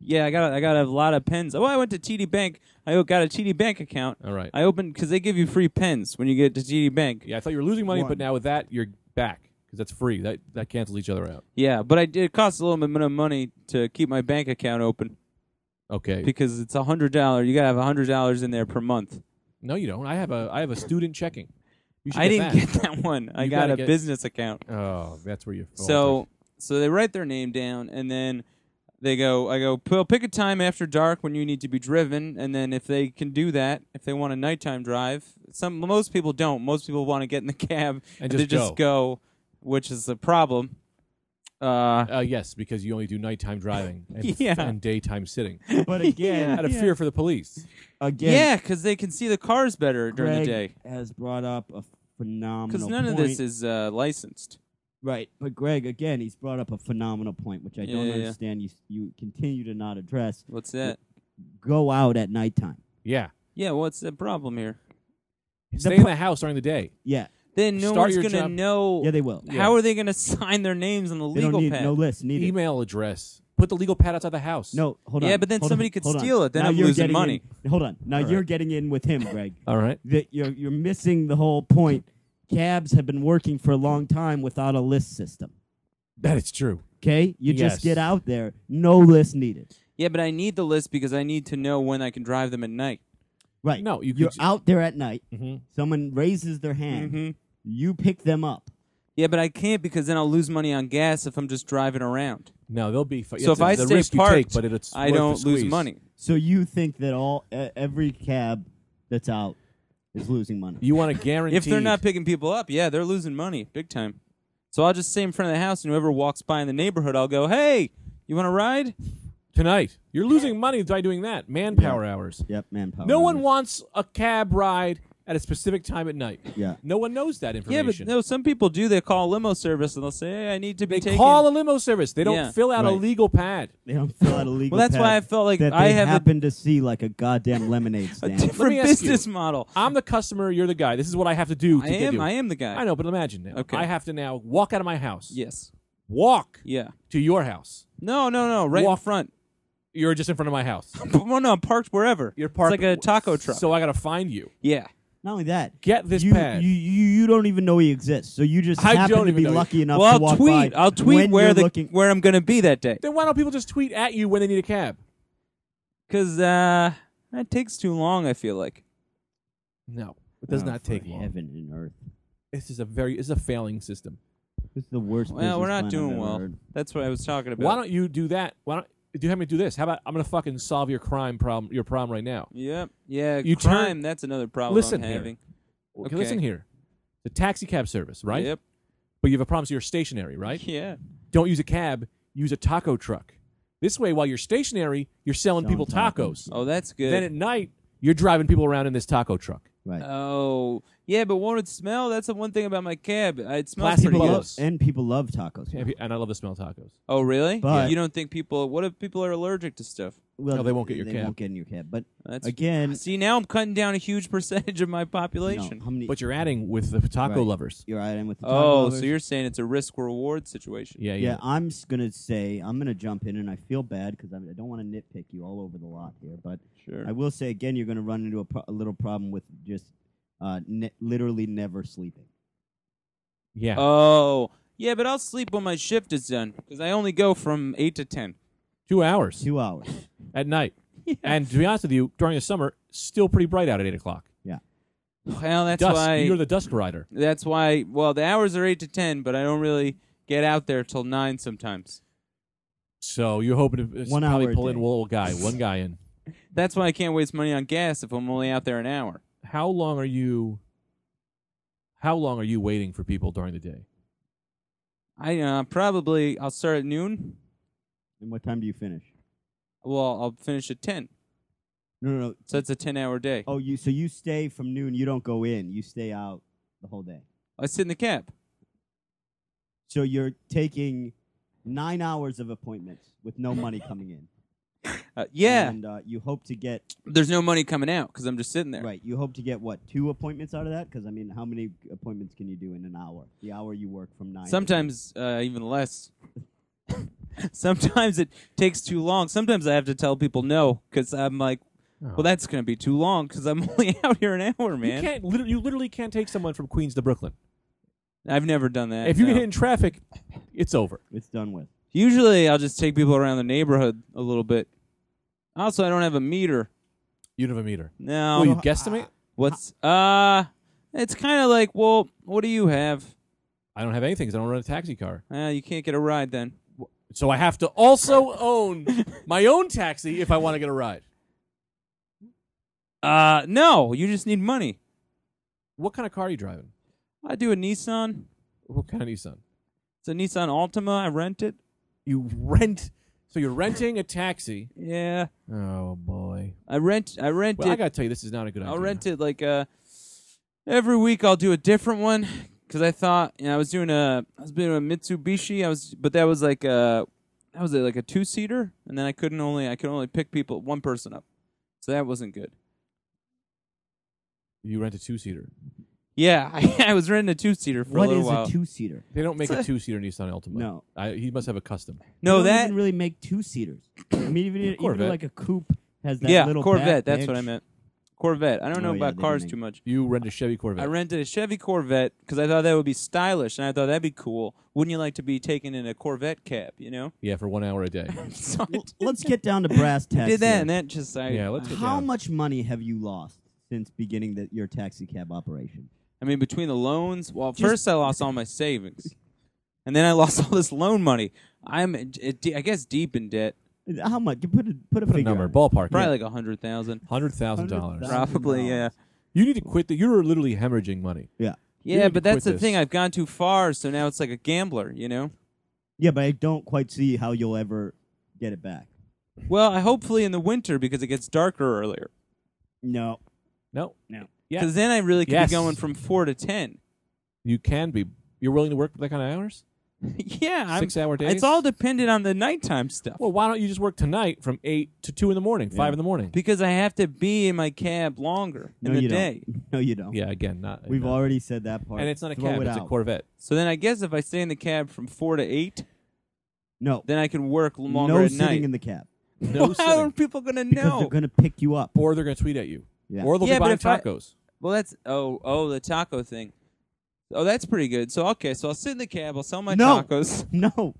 Speaker 3: Yeah, I got I got a lot of pens. Oh, I went to TD Bank. I o- got a TD Bank account.
Speaker 2: All right.
Speaker 3: I opened because they give you free pens when you get to TD Bank.
Speaker 2: Yeah, I thought you were losing money,
Speaker 1: One.
Speaker 2: but now with that, you're back because that's free. That that cancels each other out.
Speaker 3: Yeah, but I did, it costs a little bit of money to keep my bank account open
Speaker 2: Okay.
Speaker 3: because it's a hundred dollar. You gotta have a hundred dollars in there per month.
Speaker 2: no, you don't. I have a I have a student checking. You should
Speaker 3: I
Speaker 2: get
Speaker 3: didn't
Speaker 2: that.
Speaker 3: get that one. I
Speaker 2: You
Speaker 3: got
Speaker 2: gotta
Speaker 3: a
Speaker 2: get-
Speaker 3: business account.
Speaker 2: Oh, that's where you're.
Speaker 3: So so they write their name down and then they go I go, "Well, pick a time after dark when you need to be driven and then if they can do that, if they want a nighttime drive, some most people don't. Most people want to get in the cab
Speaker 2: And
Speaker 3: they
Speaker 2: just
Speaker 3: just go, which is the problem. Uh
Speaker 2: Uh, yes, because you only do nighttime driving and,
Speaker 3: Yeah.
Speaker 2: and daytime sitting
Speaker 1: But again,
Speaker 2: out of fear for the police.
Speaker 1: again,
Speaker 3: yeah, cuz they can see the cars better
Speaker 1: Greg
Speaker 3: during the day.
Speaker 1: has brought up a phenomenal
Speaker 3: Because none of
Speaker 1: point.
Speaker 3: this is uh, licensed.
Speaker 1: Right, but Greg, again, he's brought up a phenomenal point, which I
Speaker 3: Yeah,
Speaker 1: don't
Speaker 3: yeah, yeah.
Speaker 1: understand. You you continue to not address.
Speaker 3: What's that?
Speaker 1: Go out at nighttime.
Speaker 2: Yeah,
Speaker 3: Yeah, what's the problem here?
Speaker 2: stay in
Speaker 1: pro-
Speaker 2: the house during the day.
Speaker 1: Yeah,
Speaker 3: Then no
Speaker 2: Start
Speaker 3: one's
Speaker 2: your
Speaker 3: gonna
Speaker 2: job-
Speaker 3: know.
Speaker 1: yeah, they will.
Speaker 3: How are they gonna sign their names on the
Speaker 1: They
Speaker 3: legal
Speaker 1: don't need
Speaker 3: pad?
Speaker 1: no list needed.
Speaker 2: Email address. Put the legal pad outside the house.
Speaker 1: No, hold on.
Speaker 3: Yeah, but then
Speaker 1: hold
Speaker 3: somebody
Speaker 1: on,
Speaker 3: could
Speaker 1: hold on.
Speaker 3: steal it. Then
Speaker 1: Now
Speaker 3: I'm
Speaker 1: you're
Speaker 3: losing
Speaker 1: getting
Speaker 3: money.
Speaker 1: in- hold on. Now
Speaker 2: All
Speaker 1: you're
Speaker 2: right.
Speaker 1: getting in with him, Greg.
Speaker 2: All right.
Speaker 1: that you're you're missing the whole point. Cabs have been working for a long time without a list system.
Speaker 2: That is true.
Speaker 1: Okay, you
Speaker 2: Yes.
Speaker 1: just get out there. No list needed.
Speaker 3: Yeah, but I need the list because I need to know when I can drive them at night.
Speaker 1: Right.
Speaker 2: No, you could
Speaker 1: you're
Speaker 2: ju-
Speaker 1: out there at night.
Speaker 3: Mm-hmm.
Speaker 2: Mhm.
Speaker 1: Someone raises their hand.
Speaker 3: hmm
Speaker 1: You pick them up.
Speaker 3: Yeah, but I can't because then I'll lose money on gas if I'm just driving around.
Speaker 2: No, they'll be. Fi-
Speaker 3: so if
Speaker 2: it's a-
Speaker 3: I
Speaker 2: the
Speaker 3: stay
Speaker 2: risk
Speaker 3: parked,
Speaker 2: you take, but it's
Speaker 3: I
Speaker 2: worth the
Speaker 3: don't lose
Speaker 2: squeeze.
Speaker 3: money.
Speaker 1: So you think that all e- every cab that's out is losing money?
Speaker 2: You want to guarantee
Speaker 3: If they're not picking people up, yeah, they're losing money big time. So I'll just stay in front of the house, and whoever walks by in the neighborhood, I'll go, "Hey, you want to ride?"
Speaker 2: tonight, you're losing money by doing that. Manpower hours.
Speaker 1: yep, manpower.
Speaker 2: No one
Speaker 1: numbers.
Speaker 2: wants a cab ride at a specific time at night.
Speaker 1: Yeah.
Speaker 2: No one knows that
Speaker 3: Yeah,
Speaker 2: information.
Speaker 3: but no, some people do. They call a limo service and they'll say, "Hey, I need to be
Speaker 2: they
Speaker 3: taken."
Speaker 2: call a limo service. They don't
Speaker 3: Yeah.
Speaker 2: fill out a
Speaker 1: Right.
Speaker 2: legal pad.
Speaker 1: They don't fill out a legal.
Speaker 3: Well, that's why
Speaker 1: pad
Speaker 3: I felt like
Speaker 1: that
Speaker 3: I
Speaker 1: they
Speaker 3: have a-
Speaker 1: happen to see like a goddamn lemonade
Speaker 3: a
Speaker 1: stand.
Speaker 3: different
Speaker 2: me ask you.
Speaker 3: business model.
Speaker 2: I'm the customer. You're the guy. This is what I have to do. To
Speaker 3: I
Speaker 2: get
Speaker 3: am.
Speaker 2: you.
Speaker 3: I am the guy.
Speaker 2: I know, but imagine now.
Speaker 3: Okay.
Speaker 2: I have to now walk out of my house.
Speaker 3: Yes.
Speaker 2: Walk
Speaker 3: Yeah.
Speaker 2: to your house.
Speaker 3: No, no, no. Right
Speaker 2: Walk-
Speaker 3: in front.
Speaker 2: You're just in front of my house.
Speaker 3: Well, no, I'm parked wherever.
Speaker 2: You're parked
Speaker 3: It's like a taco truck.
Speaker 2: So I gotta find you.
Speaker 3: yeah.
Speaker 1: Not only that,
Speaker 2: Get this
Speaker 1: you,
Speaker 2: pad.
Speaker 1: You, you you don't even know he exists, so you just
Speaker 2: I
Speaker 1: happen
Speaker 2: don't
Speaker 1: to be
Speaker 2: even know he-
Speaker 1: lucky enough
Speaker 3: Well,
Speaker 1: to walk
Speaker 3: I'll tweet.
Speaker 1: by
Speaker 3: I'll tweet
Speaker 1: when
Speaker 3: where
Speaker 1: you're
Speaker 3: the
Speaker 1: looking.
Speaker 3: where I'm gonna be that day.
Speaker 2: Then why don't people just tweet at you when they need a cab?
Speaker 3: Cause uh, that takes too long. I feel like.
Speaker 2: No, it does
Speaker 1: Oh,
Speaker 2: not
Speaker 1: for
Speaker 2: take long.
Speaker 1: Heaven and earth.
Speaker 2: This is a very this is a failing system.
Speaker 1: This is the worst.
Speaker 3: Well, we're
Speaker 1: business
Speaker 3: not
Speaker 1: plan I've
Speaker 3: doing
Speaker 1: ever
Speaker 3: well.
Speaker 1: heard.
Speaker 3: That's what I was talking about.
Speaker 2: Why don't you do that? Why don't do you have me do this? How about I'm gonna fucking solve your crime problem your problem right now?
Speaker 3: Yep. Yeah.
Speaker 2: You turn-
Speaker 3: crime. that's another problem.
Speaker 2: Listen
Speaker 3: I'm
Speaker 2: here.
Speaker 3: having.
Speaker 2: Okay, listen here. The taxi cab service, right?
Speaker 3: Yep.
Speaker 2: But you have a problem, so you're stationary, right?
Speaker 3: Yeah.
Speaker 2: Don't use a cab, use a taco truck. This way, while you're stationary, you're selling,
Speaker 1: Selling
Speaker 2: people tacos.
Speaker 1: tacos.
Speaker 3: Oh, that's good.
Speaker 2: Then at night, you're driving people around in this taco truck.
Speaker 1: Right.
Speaker 3: oh, yeah. But won't it smell? That's the one thing about my cab. Uh, It smells
Speaker 2: Plastic
Speaker 3: pretty
Speaker 1: People
Speaker 3: good.
Speaker 2: bubbles.
Speaker 1: love, and people love tacos.
Speaker 2: And I love the smell of tacos.
Speaker 3: Oh, really?
Speaker 1: But-
Speaker 3: you don't think people? What if people are allergic to stuff?
Speaker 1: Well,
Speaker 2: No, they won't get your
Speaker 1: They
Speaker 2: cab.
Speaker 1: won't get in your cab. But
Speaker 3: That's
Speaker 1: again,
Speaker 3: See, now I'm cutting down a huge percentage of my
Speaker 1: no,
Speaker 3: population.
Speaker 1: how many?
Speaker 2: But you're adding with the taco
Speaker 1: Right.
Speaker 2: lovers.
Speaker 1: You're right in with the taco
Speaker 3: Oh,
Speaker 1: lovers.
Speaker 3: so you're saying it's a risk reward situation?
Speaker 2: Yeah,
Speaker 1: Yeah, I'm s- gonna say I'm gonna jump in, and I feel bad because I don't want to nitpick you all over the lot here, but
Speaker 3: Sure.
Speaker 1: I will say again, you're gonna run into a, pro- a little problem with just uh, ne- literally never sleeping.
Speaker 2: yeah.
Speaker 3: Oh, yeah, but I'll sleep when my shift is done because I only go from eight to ten.
Speaker 2: Two hours
Speaker 1: Two hours.
Speaker 2: at night. And to be honest with you, during the summer, still pretty bright out at eight o'clock.
Speaker 3: Well, that's
Speaker 2: dusk.
Speaker 3: why.
Speaker 2: You're the dusk rider.
Speaker 3: that's why. Well, the hours are eight to ten, but I don't really get out there till nine sometimes.
Speaker 2: So you're hoping to uh,
Speaker 1: One
Speaker 2: probably
Speaker 1: hour a
Speaker 2: pull in
Speaker 1: day.
Speaker 2: one little guy, one guy in.
Speaker 3: That's why I can't waste money on gas if I'm only out there an hour.
Speaker 2: How long are you? How long are you waiting for people during the day?
Speaker 3: I uh, probably I'll start at noon.
Speaker 1: and what time do you finish?
Speaker 3: Well, I'll finish at ten,
Speaker 1: No, no, no.
Speaker 3: so it's a ten-hour day.
Speaker 1: Oh, you. So you stay from noon. You don't go in. You stay out the whole day.
Speaker 3: I sit in the cab.
Speaker 1: So you're taking nine hours of appointments with no money coming in.
Speaker 3: Uh, yeah,
Speaker 2: Mm.
Speaker 1: And uh, you hope to get
Speaker 3: there's no money coming out because I'm just sitting there.
Speaker 1: right. You hope to get what two appointments out of that? Because I mean, how many appointments can you do in an hour? The hour you work from nine. to
Speaker 3: Sometimes uh, even less. Sometimes it takes too long. Sometimes I have to tell people no because I'm like,
Speaker 2: Oh.
Speaker 3: well, that's going to be too long because I'm only out here an hour,
Speaker 2: You
Speaker 3: man.
Speaker 2: can't. Literally, you literally can't take someone from Queens to Brooklyn.
Speaker 3: I've never done that.
Speaker 2: If you
Speaker 3: no.
Speaker 2: get hit in traffic, it's over.
Speaker 1: It's done with.
Speaker 3: usually I'll just take people around the neighborhood a little bit. Also, I don't have a meter.
Speaker 2: You don't have a meter.
Speaker 3: No,
Speaker 2: Oh, you guesstimate?
Speaker 3: what's uh? It's kind of like, well, what do you have?
Speaker 2: I don't have anything 'cause I don't run a taxi car.
Speaker 3: Uh, you can't get a ride then.
Speaker 2: So I have to also own my own taxi if I want to get a ride.
Speaker 3: Uh, no, you just need money.
Speaker 2: What kind of car are you driving?
Speaker 3: I do a Nissan.
Speaker 2: What kind of Nissan?
Speaker 3: It's a Nissan Altima. I rent it.
Speaker 2: You rent. So you're renting a taxi.
Speaker 3: Yeah.
Speaker 2: Oh boy.
Speaker 3: I rent. I rent
Speaker 2: Well, I
Speaker 3: it.
Speaker 2: gotta tell you, this is not a good idea.
Speaker 3: I'll rent it like uh, every week. I'll do a different one because I thought you know, I was doing a I was doing a Mitsubishi. I was but that was like a that was like a two seater, and then I couldn't only I could only pick people one person up, so that wasn't good.
Speaker 2: You rent a two seater.
Speaker 3: Yeah, I, I was renting a two seater for a
Speaker 1: What
Speaker 3: little
Speaker 1: is
Speaker 3: while.
Speaker 1: a two seater?
Speaker 2: They don't make
Speaker 3: So-
Speaker 2: a two seater Nissan Altima.
Speaker 1: No.
Speaker 2: I, he must have a custom.
Speaker 3: no, that
Speaker 1: doesn't really make two seaters. I mean, even, even
Speaker 2: Corvette.
Speaker 1: like a coupe has that
Speaker 3: yeah
Speaker 1: little
Speaker 3: Corvette.
Speaker 1: back
Speaker 3: That's what I
Speaker 1: bench.
Speaker 3: meant. Corvette. I don't
Speaker 1: Oh,
Speaker 3: know
Speaker 1: yeah,
Speaker 3: about
Speaker 1: they do
Speaker 3: cars
Speaker 1: make-
Speaker 3: too much.
Speaker 2: You rent a Chevy Corvette.
Speaker 3: I rented a Chevy Corvette because I thought that would be stylish, and I thought that'd be cool. Wouldn't you like to be taken in a Corvette cab? You know.
Speaker 2: yeah, for one hour a day.
Speaker 3: So I
Speaker 1: L- Let's get down to brass tacks.
Speaker 3: did that, and
Speaker 1: here.
Speaker 3: that just I,
Speaker 2: yeah, let's. Get
Speaker 1: How
Speaker 2: down.
Speaker 1: much money have you lost since beginning the, your taxi cab operation?
Speaker 3: I mean, between the loans, well, first I lost all my savings, and then I lost all this loan money. I'm, it, I guess, deep in debt,
Speaker 1: How much? You put a put a
Speaker 2: Put a
Speaker 1: figure
Speaker 2: number.
Speaker 1: on it.
Speaker 2: Ballpark.
Speaker 3: probably like a hundred thousand.
Speaker 2: Hundred thousand dollars.
Speaker 1: $100,000.
Speaker 3: Probably, yeah,
Speaker 2: You need to quit. The, you're literally hemorrhaging money.
Speaker 1: Yeah,
Speaker 2: need
Speaker 3: yeah.
Speaker 2: to
Speaker 3: But that's
Speaker 2: quit
Speaker 3: the
Speaker 2: this.
Speaker 3: thing; I've gone too far, so now it's like a gambler, you know.
Speaker 1: yeah, but I don't quite see how you'll ever get it back.
Speaker 3: Well, I hopefully in the winter because it gets darker earlier.
Speaker 1: No,
Speaker 2: No,
Speaker 1: no.
Speaker 2: Yeah.
Speaker 3: Because then I really could
Speaker 2: Yes.
Speaker 3: be going from four to ten.
Speaker 2: you can be. You're willing to work that kind of hours?
Speaker 3: yeah, I'm-
Speaker 2: Six hour days.
Speaker 3: It's all dependent on the nighttime stuff.
Speaker 2: Well, why don't you just work tonight from eight to two in the morning, five in the morning?
Speaker 3: because I have to be in my cab longer
Speaker 1: no,
Speaker 3: in the
Speaker 1: you
Speaker 3: day.
Speaker 1: don't. No, you don't.
Speaker 2: Yeah, again, not.
Speaker 1: We've
Speaker 2: not-
Speaker 1: already said that part.
Speaker 2: And it's not a
Speaker 1: Throw
Speaker 2: cab;
Speaker 1: It
Speaker 2: it's a
Speaker 1: out.
Speaker 2: Corvette.
Speaker 3: So then I guess if I stay in the cab from four to eight,
Speaker 1: No,
Speaker 3: then I can work longer
Speaker 1: no
Speaker 3: at
Speaker 1: sitting
Speaker 3: night.
Speaker 1: in the cab
Speaker 2: No
Speaker 3: How are
Speaker 2: sitting.
Speaker 3: people gonna
Speaker 1: because they're
Speaker 3: know?
Speaker 1: going to pick you up.
Speaker 2: Or they're going to tweet at you.
Speaker 1: Yeah.
Speaker 2: Or they'll
Speaker 3: Yeah,
Speaker 2: be
Speaker 3: but
Speaker 2: buying
Speaker 3: if I-
Speaker 2: tacos.
Speaker 3: Well, that's oh oh the taco thing. Oh, that's pretty good. So okay, so I'll sit in the cab. I'll sell my
Speaker 1: No.
Speaker 3: tacos.
Speaker 1: No.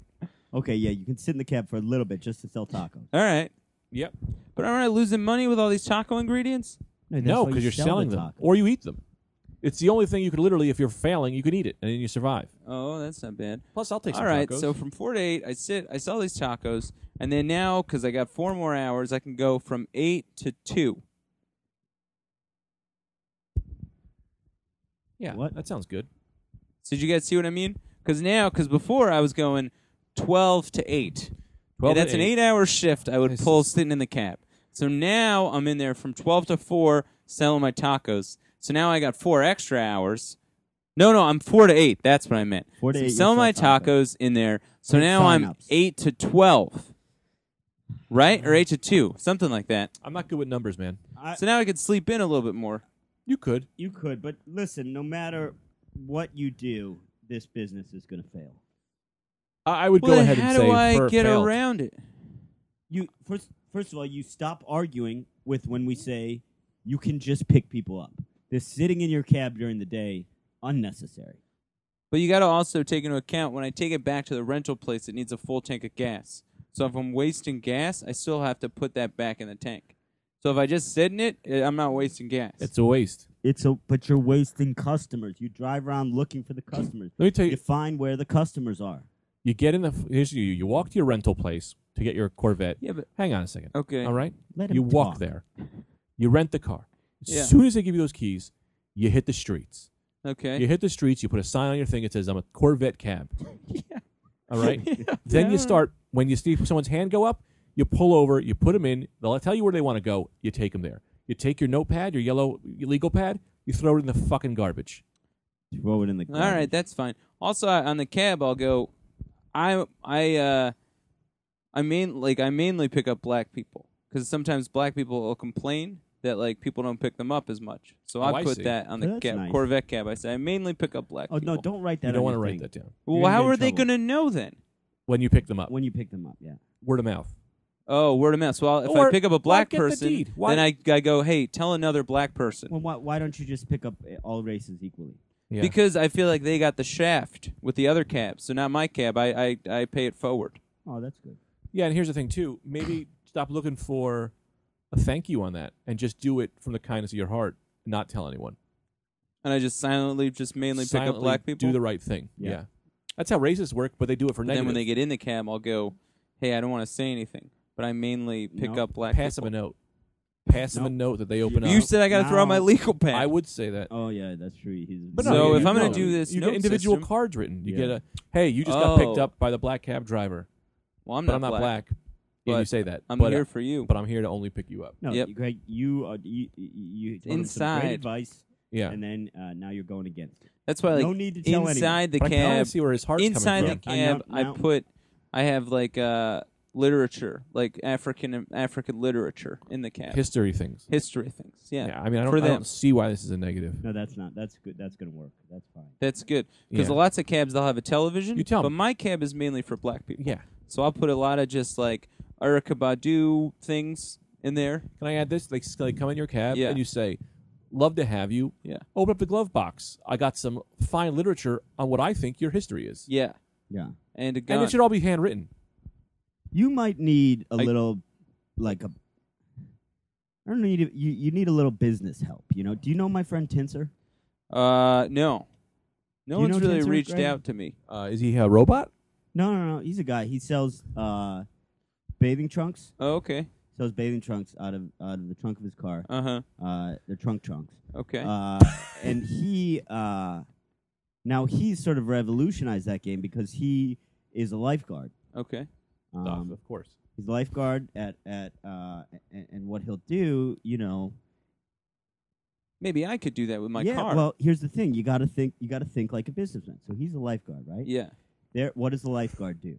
Speaker 1: Okay, yeah, you can sit in the cab for a little bit just to sell tacos.
Speaker 3: All right,
Speaker 2: Yep.
Speaker 3: but aren't I losing money with all these taco ingredients?
Speaker 1: that's
Speaker 2: No,
Speaker 1: how
Speaker 2: because
Speaker 1: you
Speaker 2: you're
Speaker 1: sell
Speaker 2: selling
Speaker 1: the
Speaker 2: them,
Speaker 1: tacos.
Speaker 2: or you eat them. It's the only thing you could literally, if you're failing, you can eat it and then you survive.
Speaker 3: Oh, that's not bad.
Speaker 2: Plus, I'll take
Speaker 3: All
Speaker 2: some
Speaker 3: right,
Speaker 2: tacos.
Speaker 3: so from four to eight, I sit, I sell these tacos, and then now because I got four more hours, I can go from eight to two.
Speaker 2: yeah,
Speaker 1: What?
Speaker 2: that sounds good.
Speaker 3: So did you guys see what I mean? Because now, because before I was going twelve to eight. Yeah,
Speaker 2: 12 to
Speaker 3: that's an eight-hour shift. I would
Speaker 2: I see.
Speaker 3: pull sitting in the cab. So now I'm in there from twelve to four selling my tacos. So now I got four extra hours. No, no, I'm four to eight. That's what I meant.
Speaker 1: Four to eight,
Speaker 3: So I'm
Speaker 1: you sell
Speaker 3: selling my
Speaker 1: tacos.
Speaker 3: tacos in there. So
Speaker 1: With
Speaker 3: now I'm
Speaker 1: sign-ups.
Speaker 3: eight to twelve, right, or eight to two, something like that.
Speaker 2: I'm not good with numbers, man.
Speaker 1: I-
Speaker 3: So now I could sleep in a little bit more.
Speaker 2: You could.
Speaker 1: you could, but listen, no matter what you do, this business is going to fail.
Speaker 2: I, I would
Speaker 3: Well,
Speaker 2: go
Speaker 3: then
Speaker 2: ahead
Speaker 3: how
Speaker 2: and say
Speaker 3: do I
Speaker 2: for
Speaker 3: get
Speaker 2: failed.
Speaker 3: around it?
Speaker 1: You first first of all, you stop arguing with when we say you can just pick people up. This sitting in your cab during the day unnecessary.
Speaker 3: But you got to also take into account when I take it back to the rental place, it needs a full tank of gas. So if I'm wasting gas, I still have to put that back in the tank. So if I just sit in it, eh, I'm not wasting gas.
Speaker 2: It's a waste.
Speaker 1: It's a but you're wasting customers. You drive around looking for the customers.
Speaker 2: Let me tell you,
Speaker 1: You find where the customers are.
Speaker 2: you get in the. Here's you. You walk to your rental place to get your Corvette.
Speaker 3: yeah, but
Speaker 2: Hang on a second.
Speaker 3: okay.
Speaker 2: All right.
Speaker 1: Let him
Speaker 2: You walk
Speaker 1: talk.
Speaker 2: there. You rent the car. As
Speaker 3: Yeah.
Speaker 2: soon as they give you those keys, you hit the streets.
Speaker 3: Okay.
Speaker 2: You hit the streets. You put a sign on your thing that says, "I'm a Corvette cab." All right. Then you
Speaker 3: Yeah.
Speaker 2: start when you see someone's hand go up, you pull over, you put them in. They'll tell you where they want to go. You take them there. You take your notepad, your yellow your legal pad. You throw it in the fucking garbage.
Speaker 1: Throw it in the
Speaker 3: All right, that's fine. Also, I- on the cab, I'll go. I I uh, I main like I mainly pick up black people because sometimes black people will complain that like people don't pick them up as much. So
Speaker 2: Oh,
Speaker 3: I
Speaker 2: I
Speaker 3: put
Speaker 2: see.
Speaker 3: that on
Speaker 1: Oh,
Speaker 3: the
Speaker 1: that's
Speaker 3: cab,
Speaker 1: nice.
Speaker 3: Corvette cab. I say I mainly pick up black.
Speaker 1: Oh
Speaker 3: people.
Speaker 1: no, don't write that
Speaker 2: You don't
Speaker 1: want to
Speaker 2: write that down.
Speaker 3: Well, how
Speaker 1: You're
Speaker 3: are
Speaker 1: in
Speaker 3: they
Speaker 1: trouble.
Speaker 3: going to know then?
Speaker 2: When you pick them up,
Speaker 1: When you pick them up, yeah.
Speaker 2: word of mouth.
Speaker 3: Oh, word of mouth. So I'll, if I
Speaker 2: Or-
Speaker 3: pick up
Speaker 2: why
Speaker 3: a black
Speaker 2: get the
Speaker 3: person,
Speaker 2: deed? Why-
Speaker 3: then I, I go, hey, tell another black person.
Speaker 1: Well, why, why don't you just pick up uh, all races equally?
Speaker 2: Yeah.
Speaker 3: Because I feel like they got the shaft with the other cab. So not my cab. I, I, I pay it forward.
Speaker 1: Oh, that's good.
Speaker 2: Yeah, and here's the thing too. Maybe stop looking for a thank you on that, and just do it from the kindness of your heart. Not tell anyone.
Speaker 3: And I just silently just mainly pick
Speaker 2: Silently
Speaker 3: up black people.
Speaker 2: Do the right thing.
Speaker 1: Yeah.
Speaker 2: Yeah. That's how racists work, but they do it for
Speaker 3: but then
Speaker 2: negative.
Speaker 3: when they get in the cab, I'll go, hey, I don't want to say anything. But I mainly pick
Speaker 1: No.
Speaker 3: up black
Speaker 2: pass them
Speaker 3: people.
Speaker 2: a note. Pass them a
Speaker 1: Nope.
Speaker 2: note that they open
Speaker 1: No.
Speaker 3: You
Speaker 2: up.
Speaker 3: said I got to throw out my
Speaker 1: No.
Speaker 3: legal pad.
Speaker 2: I would say that.
Speaker 1: Oh yeah, that's true. He's
Speaker 3: no, So
Speaker 2: you
Speaker 3: if
Speaker 2: get-
Speaker 3: I'm gonna
Speaker 2: no,
Speaker 3: do this
Speaker 2: you
Speaker 3: note
Speaker 2: get individual
Speaker 3: system-
Speaker 2: cards written. You
Speaker 1: Yeah.
Speaker 2: get a hey, you just got picked
Speaker 3: Oh.
Speaker 2: up by the black cab driver,
Speaker 3: well, I'm
Speaker 2: but
Speaker 3: not
Speaker 2: I'm not
Speaker 3: black.
Speaker 2: black. Yeah, you
Speaker 3: But
Speaker 2: say that.
Speaker 3: I'm
Speaker 2: but,
Speaker 3: here
Speaker 2: uh,
Speaker 3: for you.
Speaker 2: but I'm here to only pick you up.
Speaker 1: no,
Speaker 3: Yep.
Speaker 1: Greg, you uh, you you you told him some
Speaker 3: Inside.
Speaker 1: great advice,
Speaker 2: Yeah.
Speaker 1: and then uh, now you're going against. It.
Speaker 3: That's why, like,
Speaker 1: no need to tell
Speaker 3: inside the
Speaker 2: but I can
Speaker 3: cab,
Speaker 2: always see where his heart's
Speaker 3: inside
Speaker 2: coming
Speaker 3: the
Speaker 2: from.
Speaker 1: Yeah, I know-
Speaker 3: cab I,
Speaker 1: now-
Speaker 3: put i have like uh literature like african african literature in the cab
Speaker 2: History things.
Speaker 3: history things yeah,
Speaker 2: Yeah, I mean, I don't,
Speaker 3: For
Speaker 2: I
Speaker 3: them.
Speaker 2: don't see why this is a negative.
Speaker 1: anyone. No, that's not. That's good. That's gonna work. That's fine.
Speaker 3: that's good because
Speaker 2: Yeah.
Speaker 3: lots of cabs they'll have a television
Speaker 2: You tell
Speaker 3: but
Speaker 2: 'em.
Speaker 3: my cab is mainly for black people
Speaker 2: Yeah.
Speaker 3: so i'll put a lot of just like erica badu things in there
Speaker 2: Can I add this? Like, s- like come in your cab
Speaker 3: Yeah.
Speaker 2: and you say, "Love to have you."
Speaker 3: Yeah.
Speaker 2: Open up the glove box. I got some fine literature on what I think your history is,
Speaker 3: yeah
Speaker 1: Yeah,
Speaker 3: and a gun
Speaker 2: and it should all be handwritten.
Speaker 1: you might need a
Speaker 3: I-
Speaker 1: little, like a. I don't need a, you. You need a little business help. You know. Do you know my friend Tinser?
Speaker 3: uh no
Speaker 1: Do
Speaker 3: no
Speaker 1: you
Speaker 3: one's
Speaker 1: know
Speaker 3: really
Speaker 1: Tinser,
Speaker 3: reached
Speaker 1: Greg?
Speaker 3: out to me
Speaker 2: Uh, is he a robot?
Speaker 1: No, no, no. He's a guy. He sells uh, bathing trunks.
Speaker 3: oh, okay
Speaker 1: Sells bathing trunks out of out of the trunk of his car.
Speaker 3: uh-huh
Speaker 1: Uh, they're trunk trunks.
Speaker 3: okay
Speaker 1: Uh, and he uh, now he's sort of revolutionized that game because he is a lifeguard.
Speaker 3: okay
Speaker 1: Um,
Speaker 2: of course.
Speaker 1: he's a lifeguard at at uh, and, and what he'll do, you know.
Speaker 3: maybe i could do that with my
Speaker 1: yeah.
Speaker 3: car
Speaker 1: Well, here's the thing: you got to think. You got to think like a businessman. So he's a lifeguard, right?
Speaker 3: yeah
Speaker 1: There. What does a lifeguard do?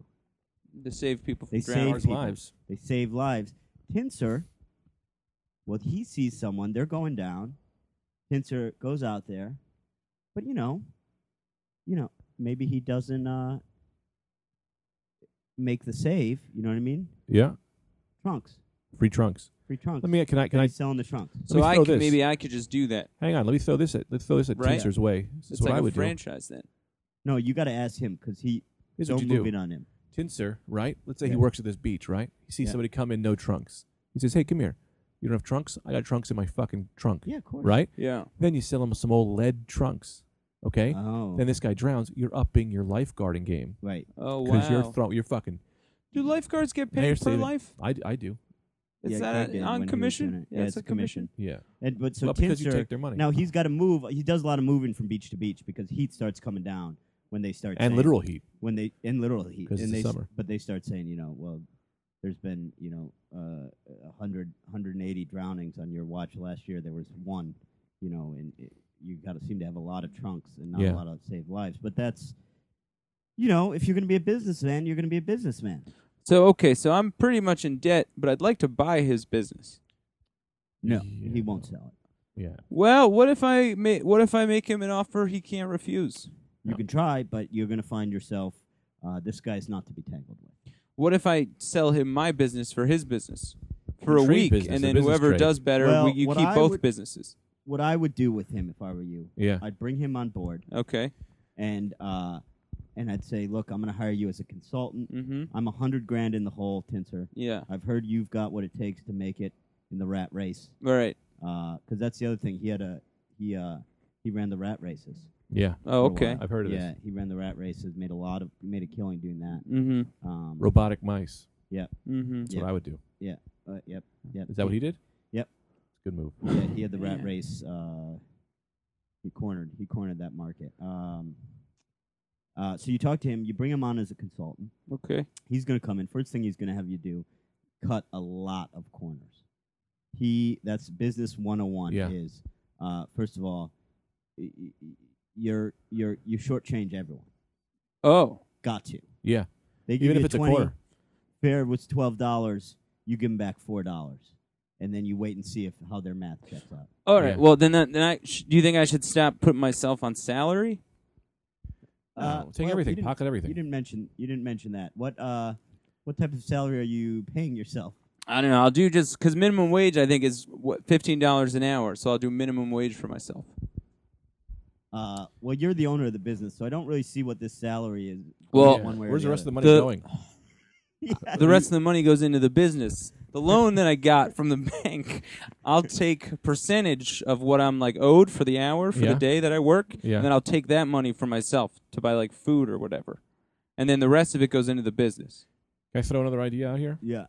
Speaker 3: to save people from
Speaker 1: They
Speaker 3: drowning
Speaker 1: save
Speaker 2: Ours
Speaker 1: people.
Speaker 2: lives.
Speaker 1: They save lives. Tinser, well, he sees someone. They're going down. Tinser goes out there, but you know, you know, maybe he doesn't uh, make the save. You know what I mean?
Speaker 2: Yeah.
Speaker 1: Trunks.
Speaker 2: Free trunks.
Speaker 1: Free trunks.
Speaker 2: Let me. Can I? Can I?
Speaker 1: He's selling the trunks.
Speaker 2: let
Speaker 3: So
Speaker 2: me
Speaker 3: I
Speaker 2: throw
Speaker 3: could,
Speaker 2: this.
Speaker 3: maybe I could just do that.
Speaker 2: Hang on. Let me throw this at. Let's throw this at
Speaker 3: Right.
Speaker 2: Teamsters Way. This
Speaker 3: It's
Speaker 2: is what
Speaker 3: like
Speaker 2: I
Speaker 3: a
Speaker 2: would
Speaker 3: franchise then.
Speaker 1: No, you got to ask him because he
Speaker 2: do. Here's
Speaker 1: don't
Speaker 2: what you
Speaker 1: move
Speaker 2: do.
Speaker 1: it on him.
Speaker 2: Tinser, right? Let's say he
Speaker 1: Yeah.
Speaker 2: works at this beach, right? He sees
Speaker 1: Yeah.
Speaker 2: somebody come in, no trunks. He says, "Hey, come here. You don't have trunks? I got trunks in my fucking trunk,
Speaker 1: Yeah, of course.
Speaker 2: right?"
Speaker 3: Yeah.
Speaker 2: Then you sell him some old lead trunks, okay?
Speaker 1: Oh,
Speaker 2: Then this guy drowns. You're upping your lifeguarding game
Speaker 1: right.
Speaker 3: Oh wow.
Speaker 2: because you're throw you're fucking.
Speaker 3: Do lifeguards get
Speaker 2: Now you're
Speaker 3: paid per
Speaker 2: saving-
Speaker 3: life?
Speaker 2: I, I do.
Speaker 3: Is
Speaker 1: Yeah, Greg did when
Speaker 3: that a,
Speaker 1: he
Speaker 3: on
Speaker 1: was doing
Speaker 3: commission?
Speaker 1: it. Yeah, it's a commission.
Speaker 2: Yeah.
Speaker 1: And, but so
Speaker 2: well, because you
Speaker 1: Tinser-
Speaker 2: take their money
Speaker 1: now he's got to move. He does a lot of moving from beach to beach because heat starts coming down when they start
Speaker 2: and
Speaker 1: saying-
Speaker 2: literal heat.
Speaker 1: when they and literally heat
Speaker 2: 'Cause
Speaker 1: and
Speaker 2: it's the
Speaker 1: they s-
Speaker 2: summer.
Speaker 1: but they start saying you know well there's been you know uh, 100 180 drownings on your watch last year there was one you know and it, you got to seem to have a lot of trunks and not
Speaker 2: Yeah.
Speaker 1: a lot of saved lives but that's you know if you're going to be a businessman you're going to be a businessman
Speaker 3: So okay, so I'm pretty much in debt, but I'd like to buy his business.
Speaker 1: no
Speaker 2: Yeah.
Speaker 1: he won't sell it
Speaker 2: Yeah.
Speaker 3: Well, what if I ma- what if I make him an offer he can't refuse?
Speaker 1: you
Speaker 2: No.
Speaker 1: can try but you're going to find yourself uh, this guy's not to be tangled with
Speaker 3: What if I sell him my business for his business for a
Speaker 2: Trade
Speaker 3: week,
Speaker 2: business,
Speaker 3: and
Speaker 2: a
Speaker 3: then
Speaker 2: business
Speaker 3: whoever
Speaker 2: trade.
Speaker 3: does better,
Speaker 1: Well,
Speaker 3: we, you
Speaker 1: what
Speaker 3: keep
Speaker 1: I
Speaker 3: both
Speaker 1: would-
Speaker 3: businesses.
Speaker 1: what i would do with him if i were you
Speaker 2: Yeah.
Speaker 1: i'd bring him on board
Speaker 3: Okay.
Speaker 1: and uh, and I'd say, look, I'm going to hire you as a consultant.
Speaker 3: Mm-hmm.
Speaker 1: I'm a hundred grand in the hole, Tinser.
Speaker 3: Yeah.
Speaker 1: I've heard you've got what it takes to make it in the rat race,
Speaker 3: All right.
Speaker 1: because that's the other thing. He had a he uh, he ran the rat races.
Speaker 2: Yeah.
Speaker 3: Oh,
Speaker 1: For a
Speaker 3: okay.
Speaker 1: while.
Speaker 2: I've heard of
Speaker 1: yeah,
Speaker 2: this.
Speaker 1: he ran the rat races, made a lot of made a killing doing that.
Speaker 3: Mm-hmm.
Speaker 1: Um,
Speaker 2: Robotic mice.
Speaker 3: Mm-hmm.
Speaker 2: That's
Speaker 1: Yeah.
Speaker 2: what I would do.
Speaker 1: uh, yep, yep.
Speaker 2: Is that what he did?
Speaker 1: Yep.
Speaker 2: Good move.
Speaker 1: Yeah, he had the rat
Speaker 3: Man.
Speaker 1: race. Uh, he cornered. He cornered that market. Um, uh, so you talk to him. You bring him on as a consultant.
Speaker 3: Okay.
Speaker 1: he's going to come in. First thing he's going to have you do, cut a lot of corners. He that's business 101
Speaker 2: Yeah.
Speaker 1: is uh, first of all, y- y- y- you're you're you shortchange everyone.
Speaker 3: Oh.
Speaker 1: Got to.
Speaker 2: Yeah.
Speaker 1: They give
Speaker 2: Even
Speaker 1: you
Speaker 2: if it's
Speaker 1: 20,
Speaker 2: a quarter.
Speaker 1: Fair was twelve dollars. You give them back four dollars, and then you wait and see if how their math checks out.
Speaker 3: All right.
Speaker 2: Yeah.
Speaker 3: Well, then, that, then I sh- do you think I should stop putting myself on salary?
Speaker 1: Uh,
Speaker 2: No, take
Speaker 1: well,
Speaker 2: everything.
Speaker 1: You didn't,
Speaker 2: Pocket
Speaker 1: you
Speaker 2: everything.
Speaker 1: didn't mention you didn't mention that. What uh, what type of salary are you paying yourself?
Speaker 3: I don't know. I'll do just because minimum wage I think is what fifteen dollars an hour, so I'll do minimum wage for myself.
Speaker 1: Uh, well, you're the owner of the business, so I don't really see what this salary is.
Speaker 3: Well,
Speaker 1: Yeah. one way or
Speaker 2: where's
Speaker 1: the
Speaker 2: the rest of
Speaker 1: other.
Speaker 2: the money
Speaker 3: The-
Speaker 2: going?
Speaker 1: Yeah.
Speaker 3: the rest of the money goes into the business. The loan that I got from the bank, I'll take a percentage of what I'm like owed for the hour for
Speaker 2: Yeah.
Speaker 3: the day that I work,
Speaker 2: Yeah.
Speaker 3: and then I'll take that money for myself to buy like food or whatever, and then the rest of it goes into the business.
Speaker 2: Can I throw another idea out here?
Speaker 1: Yeah.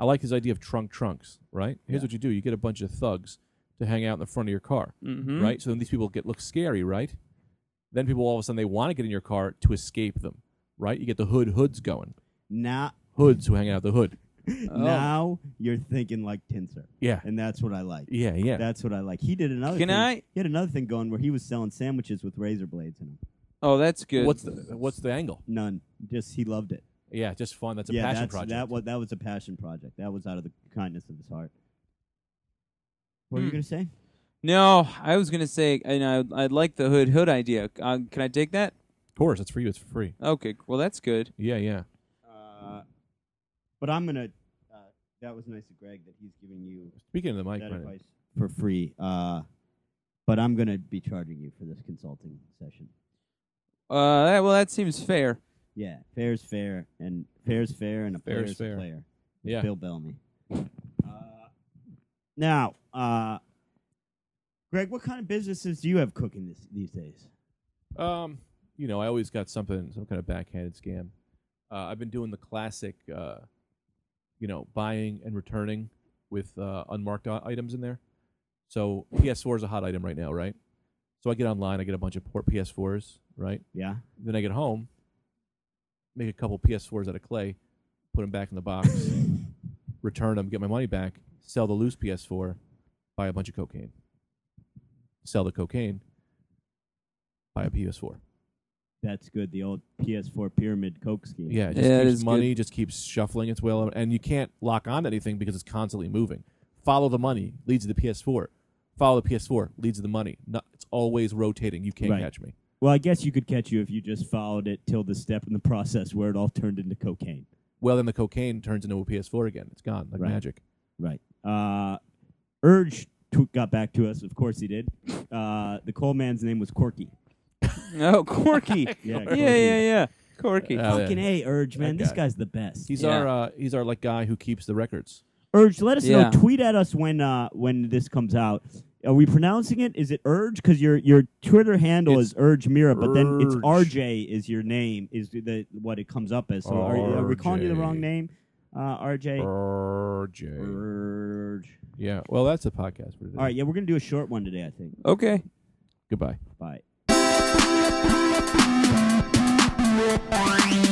Speaker 2: I like his idea of trunk trunks, right? Here's
Speaker 1: Yeah.
Speaker 2: what you do. You get a bunch of thugs to hang out in the front of your car,
Speaker 3: Mm-hmm.
Speaker 2: right? So then these people get look scary, right? Then people all of a sudden they want to get in your car to escape them, right? You get the hood hoods going.
Speaker 1: Now,
Speaker 2: Hoods who hang out the hood.
Speaker 3: Oh.
Speaker 1: now you're thinking like Tinser,
Speaker 2: Yeah.
Speaker 1: and that's what I like.
Speaker 2: Yeah, yeah.
Speaker 1: That's what I like. He did another.
Speaker 3: Can
Speaker 1: thing.
Speaker 3: I-
Speaker 1: He had another thing going where he was selling sandwiches with razor blades in them.
Speaker 3: Oh, that's good.
Speaker 2: What's the what's the angle?
Speaker 1: None. Just he loved it.
Speaker 2: Yeah, just fun. That's a
Speaker 1: yeah,
Speaker 2: passion
Speaker 1: that's,
Speaker 2: project.
Speaker 1: that was that was a passion project. That was out of the kindness of his heart. What were you
Speaker 3: Hmm.
Speaker 1: gonna say?
Speaker 3: no? I was gonna say, and I I like the hood hood idea. Uh, can I take that?
Speaker 2: of course, it's for you. It's free.
Speaker 3: Okay. Well, that's good.
Speaker 2: Yeah, yeah.
Speaker 1: Uh, but I'm gonna. Uh, that was nice of Greg that he's giving you
Speaker 2: Speaking of the mic,
Speaker 1: that
Speaker 2: Brennan,
Speaker 1: advice for free. Uh, but I'm gonna be charging you for this consulting session.
Speaker 3: Uh, that, well, that seems fair.
Speaker 1: Yeah, fair's fair, and fair's fair, and a
Speaker 2: Fair's
Speaker 1: player's
Speaker 2: fair.
Speaker 1: a player.
Speaker 2: yeah.
Speaker 1: Bill Bellamy. Uh, now, uh, Greg, what kind of businesses do you have cooking this, these days?
Speaker 2: Um, you know, I always got something, some kind of backhanded scam. Uh, I've been doing the classic, uh, you know, buying and returning with uh, unmarked i- items in there. So PS4 is a hot item right now, right? So I get online, I get a bunch of poor PS4s, right?
Speaker 1: Yeah,
Speaker 2: Then I get home, make a couple PS4s out of clay, put them back in the box, return them, get my money back, sell the loose PS4, buy a bunch of cocaine, sell the cocaine, buy a PS4.
Speaker 1: that's good. The old PS4 pyramid coke scheme.
Speaker 2: Yeah, it just
Speaker 3: Yeah, it
Speaker 2: keeps
Speaker 3: is
Speaker 2: money just keeps shuffling its way, around, and you can't lock on to anything because it's constantly moving. Follow the money leads to the PS4. Follow the PS4 leads to the money. No, it's always rotating. You can't
Speaker 1: Right.
Speaker 2: catch me.
Speaker 1: Well, I guess you could catch you if you just followed it till the step in the process where it all turned into cocaine.
Speaker 2: Well, then the cocaine turns into a PS4 again. It's gone like
Speaker 1: Right.
Speaker 2: magic.
Speaker 1: Right. Uh, Urge t- got back to us. Of course he did. Uh, the coal man's name was Corky.
Speaker 3: Oh, Corky.
Speaker 1: Yeah,
Speaker 3: yeah,
Speaker 1: Corky.
Speaker 3: yeah, yeah. Corky.
Speaker 2: Uh, Oh, yeah.
Speaker 1: Fucking a Urge man,
Speaker 2: That
Speaker 1: this
Speaker 2: guy.
Speaker 1: guy's the best.
Speaker 2: He's
Speaker 3: Yeah.
Speaker 2: our uh, he's our like guy who keeps the records.
Speaker 1: Urge, let us
Speaker 3: Yeah.
Speaker 1: know. Tweet at us when uh, when this comes out. Are we pronouncing it? Is it Urge? Because your your Twitter handle
Speaker 2: It's
Speaker 1: is Urge Mira, but then it's
Speaker 2: Urge.
Speaker 1: RJ is your name is the what it comes up as. So are, are we calling you the
Speaker 2: RJ.
Speaker 1: wrong name, uh, RJ?
Speaker 2: RJ.
Speaker 1: Urge.
Speaker 2: Yeah. Well, that's a podcast for today.
Speaker 1: All right, yeah, we're gonna do a short one today. I think.
Speaker 3: Okay.
Speaker 2: Goodbye.
Speaker 1: Bye.
Speaker 4: Bye.